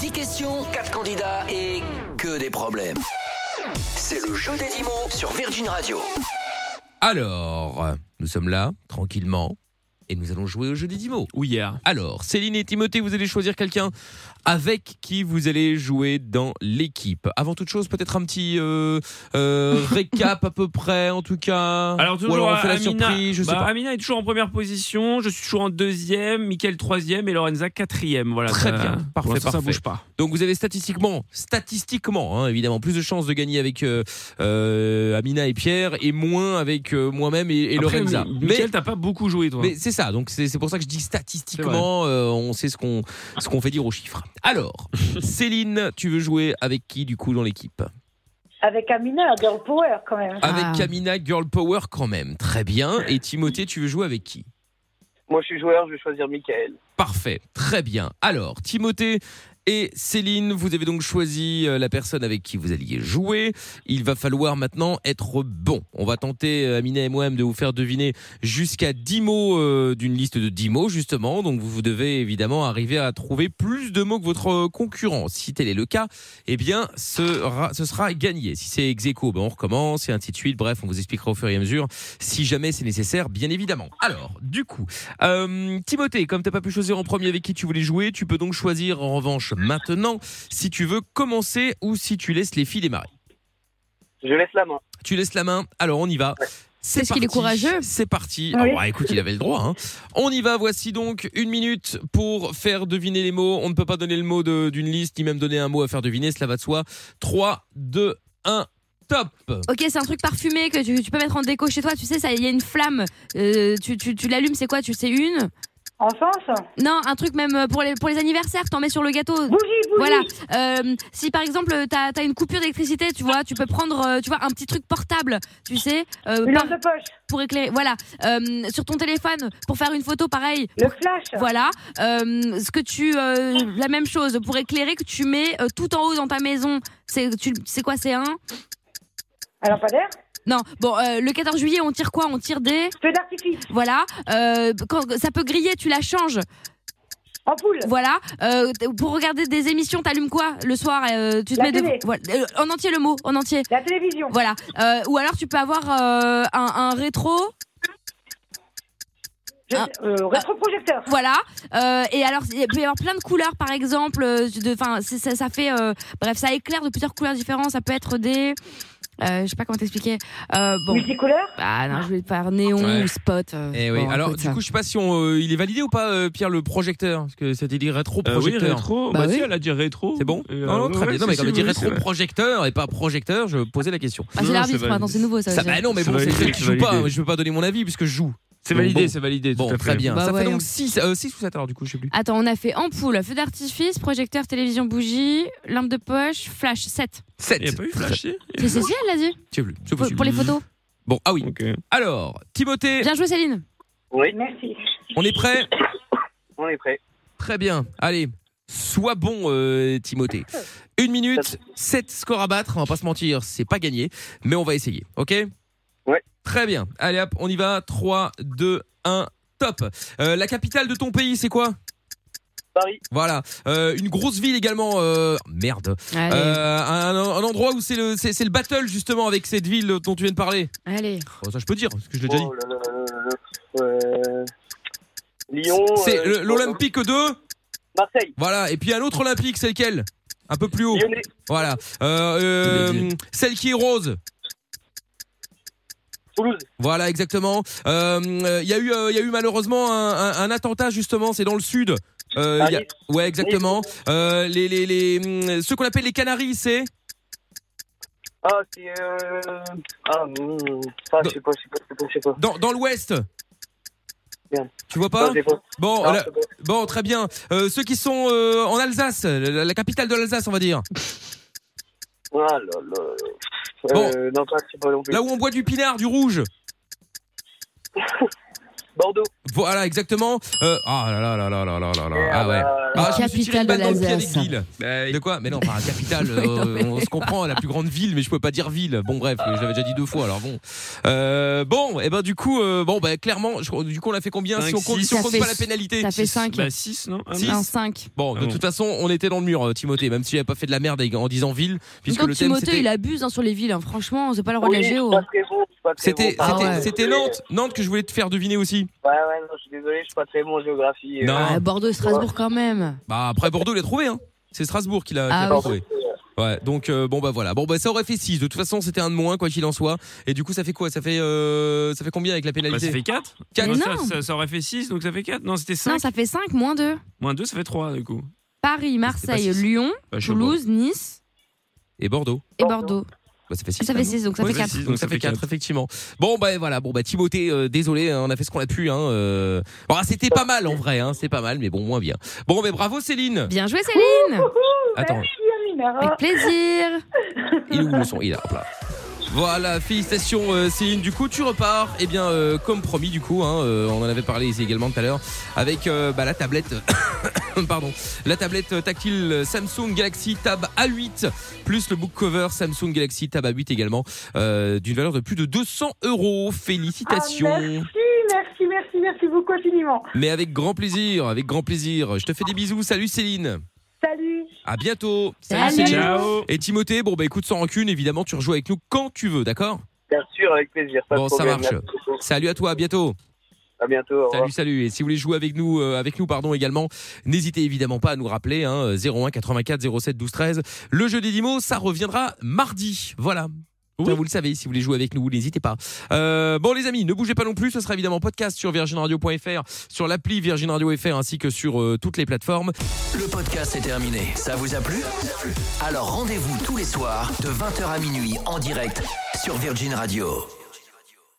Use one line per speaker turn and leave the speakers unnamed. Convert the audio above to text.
1000 questions, 4 candidats et que des problèmes. C'est le jeu des 10 mots sur Virgin Radio.
Alors, nous sommes là, tranquillement, et nous allons jouer au jeu des 10 mots.
Oui, hier.
Alors, Céline et Timothée, vous allez choisir quelqu'un avec qui vous allez jouer dans l'équipe. Avant toute chose, peut-être un petit euh, euh, récap à peu près, en tout cas.
Alors, toujours
Ou alors on fait la
Amina,
surprise, je sais
bah,
pas.
Amina est toujours en première position, je suis toujours en deuxième, Mickaël troisième et Lorenza quatrième. Voilà,
Très
ça-
bien.
pour
Parfait,
l'instant, Ça
parfait.
bouge pas.
Donc vous avez statistiquement, statistiquement, hein, évidemment, plus de chances de gagner avec euh, euh, Amina et Pierre et moins avec euh, moi-même et, et
Après,
Lorenza.
Mi-
Mais,
Mickaël, t'as pas beaucoup joué, toi.
mais c'est ça, donc c'est c'est pour ça que je dis statistiquement, euh, on sait ce qu'on ce qu'on fait dire aux chiffres. Alors, Céline, tu veux jouer avec qui du coup dans l'équipe
Avec Amina, Girl Power quand même.
Avec
Ah.
Amina Girl Power quand même, très bien. Et Timothée, tu veux jouer avec qui
Moi, je suis joueur, je vais choisir Michael.
Parfait, très bien. Alors, Timothée et Céline, vous avez donc choisi euh, la personne avec qui vous alliez jouer. Il va falloir maintenant être bon. On va tenter, euh, Amina et moi-même, de vous faire deviner jusqu'à 10 mots euh, d'une liste de 10 mots, justement. Donc, vous, vous devez évidemment arriver à trouver plus de mots que votre euh, concurrent. Si tel est le cas, eh bien, ce, ra- ce sera gagné. Si c'est ex aequo, ben, on recommence et ainsi de suite. Bref, on vous expliquera au fur et à mesure si jamais c'est nécessaire, bien évidemment. Alors, du coup, euh, Timothée, comme t'as pas pu choisir en premier avec qui tu voulais jouer, tu peux donc choisir en revanche maintenant si tu veux commencer ou si tu laisses les filles démarrer.
Je laisse la main.
Tu laisses la main, alors on y va. C'est
Qu'est-ce qu'il est
parti,
courageux.
C'est parti.
Oui.
Ah bah, écoute, il avait le droit. hein. On y va, voici donc une minute pour faire deviner les mots. On ne peut pas donner le mot de- d'une liste, ni même donner un mot à faire deviner, cela va de soi. 3, 2, 1, top
Ok, c'est un truc parfumé que tu, tu peux mettre en déco chez toi. Tu sais, ça, il y a une flamme. Euh, tu tu, tu l'allumes, c'est quoi Tu sais une
Enfance
Non, un truc même euh, pour les, pour les anniversaires, t'en mets sur le gâteau.
Bougie, bougie
Voilà. Euh, si par exemple t'as as une coupure d'électricité, tu vois, tu peux prendre, euh, tu vois, un petit truc portable, tu sais, euh,
Une
par-
lampe de poche,
pour éclairer. Voilà. Euh, sur ton téléphone pour faire une photo, pareil.
le flash,
Voilà. Euh, ce que tu, euh, la même chose pour éclairer que tu mets euh, tout en haut dans ta maison. C'est tu- c'est quoi C'est un
un lampadaire,
Non. Bon, euh, le 14 juillet, on tire quoi On tire des.
feu d'artifice,
Voilà. Euh, quand ça peut griller, tu la changes.
ampoule,
Voilà. Euh, t- pour regarder des émissions, t'allumes quoi le soir euh, Tu te
La
mets de-
télé.
voilà, euh, en entier le mot, en entier.
la télévision,
Voilà. Euh, ou alors tu peux avoir euh, un, un rétro.
je-
Ah.
euh, rétroprojecteur,
Voilà. Euh, et alors il peut y avoir plein de couleurs, par exemple. euh, de- Enfin, c'est- ça, ça fait. euh, bref, ça éclaire de plusieurs couleurs différentes. Ça peut être des. euh, je sais pas comment t'expliquer. Euh, bon.
multicouleur,
Ah non, je vais faire néon
Ouais.
ou spot. euh,
Eh oui,
bon,
alors
écoute,
du
ça.
coup, je sais pas si on, euh, il est validé ou pas, euh, Pierre, le projecteur Parce que c'était dit
Euh, oui,
rétro-projecteur.
rétro.
Bah
Bah, si,
oui.
elle a dit rétro.
C'est bon
Et, euh,
Non, non,
ouais,
très bien.
ouais,
Non, mais
si,
quand
si,
elle dit
oui, c'est vrai.
rétro-projecteur et pas projecteur, je posais la question.
Ah, c'est
Non,
l'arbitre
c'est
maintenant, c'est nouveau ça.
Ça,
aussi.
bah non, mais
C'est
bon, c'est
validé,
celle qui
c'est
joue pas.
validé.
Je peux pas donner mon avis puisque je joue.
C'est validé,
Bon.
c'est validé. tout
Bon,
à
très
fait.
bien.
Bah
ça fait
ouais, hein.
donc 6 ou 7 alors du coup, je sais plus.
Attends, on a fait ampoule, feu d'artifice, projecteur, télévision, bougie, lampe de poche, flash, 7.
Il n'y a
7.
pas eu flashé
C'est Cécile, elle a dit
Tu as vu, c'est
pour,
possible.
pour les photos.
Bon, ah oui.
Ok.
Alors, Timothée,
Bien joué, Céline.
Oui,
merci.
on est prêt
on est prêt.
Très bien. Allez, sois bon, euh, Timothée. Une minute,
Ça-
7 scores à battre. On va pas se mentir, c'est pas gagné, mais on va essayer, ok
Ouais.
Très bien. Allez hop, on y va. 3, 2, 1, top. Euh, la capitale de ton pays, c'est quoi
Paris,
Voilà. Euh, une grosse ville également. euh, Merde.
Allez.
Euh, un, un endroit où c'est le, c'est, c'est le battle justement avec cette ville dont tu viens de parler.
Allez.
Oh, ça, je peux dire, parce que je l'ai déjà dit.
oh là là là là là là. Euh, Lyon.
c'est
euh,
le- l'Olympique 2.
Marseille,
Voilà. Et puis un autre Olympique, c'est lequel Un peu plus haut.
Lyonnais,
Voilà. Euh,
Je l'ai
euh, celle qui est rose.
Toulouse,
Voilà, exactement. Euh, euh, Il y, a eu, euh, il y a eu malheureusement un, un- un attentat, justement, c'est dans le sud. Euh, il y a-
Paris,
Ouais, exactement. Euh, les, les, les, hum, ceux qu'on appelle les Canaries, c'est
Ah, c'est. Euh... Ah, hmm, ah, je sais pas, je sais pas, je sais pas, je sais pas.
dans, dans l'ouest.
Bien.
Tu vois
Ah,
pas
je sais pas.
Bon,
Ah,
la-
je sais pas.
Bon, très bien. Euh, ceux qui sont euh, en Alsace, la, la capitale de l'Alsace, on va dire.
Ah là là. là.
Bon.
Euh, non, pas, je sais pas non plus.
Là où on boit du pinard, du rouge.
Bordeaux,
Voilà, exactement. Euh, Ah là là là là là là là là. Ah ouais. Ah,
Ah,
je me suis tiré une
Capitale
balle
de
dans le pied avec
l'Alsace.
ville.
Bah
De quoi Mais non, enfin, capitale, euh, on se comprend, la plus grande ville, mais je pouvais pas dire ville. Bon, bref, je l'avais déjà dit deux fois, alors bon. Euh, bon, et ben du coup, euh, bon, bah clairement, je- du coup, on a fait combien Si
Cinq,
on compte,
six.
si on
Ça
compte
fait-
pas la pénalité.
Ça fait 5.
Bah 6, non Ah,
Six.
non.
Non, 5.
Bon, de
Ah bon.
toute façon, on était dans le mur, euh, Timothée, même si j'avais pas fait de la merde avec- en disant ville, puisque
Donc
le thème
Timothée,
c'était.
il abuse hein, sur les villes. hein. Franchement, c'est pas le roi
Oui,
de
je
la
suis
géo.
pas
hein.
très bon, je suis pas très
C'était
bon.
c'était-
Ah ouais.
c'était Nantes, Nantes que je voulais te faire deviner aussi.
Ouais, ouais, non, je suis désolé, je suis pas très bon en géographie.
Non.
Ah, Bordeaux, Strasbourg quand même.
Bah après Bordeaux l'a trouvé hein. C'est Strasbourg qui l'a qui
Ah
l'a
oui.
pas trouvé. Ouais, donc euh, bon bah voilà. Bon bah ça aurait fait 6. De toute façon, c'était un de moins quoi qu'il en soit. Et du coup, ça fait quoi Ça fait euh, ça fait combien avec la
Bah, ça
pénalité
fait 4
Quatre.
ça,
Non.
ça- ça aurait fait 6, donc ça fait 4. Non, c'était
Non,
5.
ça fait 5 moins 2.
Moins 2, ça fait 3 du coup.
Paris, Marseille,
six. Ah,
Lyon,
Bah, je suis au bord.
Euh, Toulouse, Nice
Et Bordeaux.
et Bordeaux.
Bah ça fait 6.
Ça fait 6, donc ça
Ouais,
fait
c'est
4.
six, donc ça fait 4 effectivement. Bon bah voilà, bon bah Timothée euh, désolé, hein, on a fait ce qu'on a pu hein. euh. Bon, ah, c'était pas mal en vrai hein, c'est pas mal mais bon moins bien. Bon mais bravo Céline.
Bien joué, Céline
Attends,
Amina.
Avec plaisir
il est où le son Il est là, hop là. Voilà, félicitations euh, Céline. Du coup, tu repars. Eh bien, euh, comme promis, du coup, hein, euh, on en avait parlé ici également tout à l'heure avec euh, bah, la tablette. Pardon, la tablette euh, tactile Samsung Galaxy Tab A8 plus le book cover Samsung Galaxy Tab A8 également euh, d'une valeur de plus de 200 euros. Félicitations.
Ah, merci, merci, merci, merci beaucoup infiniment.
Mais avec grand plaisir, avec grand plaisir. Je te fais des bisous. Salut Céline.
Salut.
À bientôt.
Salut.
Ciao
Et Timothée, bon bah écoute sans rancune, évidemment, tu rejoues avec nous quand tu veux, d'accord
Bien sûr, avec plaisir. Pas
Bon,
de
ça
problème,
marche.
merci beaucoup.
Salut à toi, à bientôt.
À bientôt. au revoir.
Salut, salut. Et si vous voulez jouer avec nous, euh, avec nous, pardon, également, n'hésitez évidemment pas à nous rappeler, hein, euh, 01 84 07 12 13. Le jeu des 10 mots, ça reviendra mardi. Voilà. Ça, vous le savez, si vous voulez jouer avec nous, n'hésitez pas. Euh, bon, les amis, ne bougez pas non plus. Ce sera évidemment podcast sur virginradio.fr, sur l'appli Virgin Radio FR, ainsi que sur euh, toutes les plateformes.
Le podcast est terminé. Ça vous a plu Alors rendez-vous tous les soirs de 20h à minuit en direct sur Virgin Radio.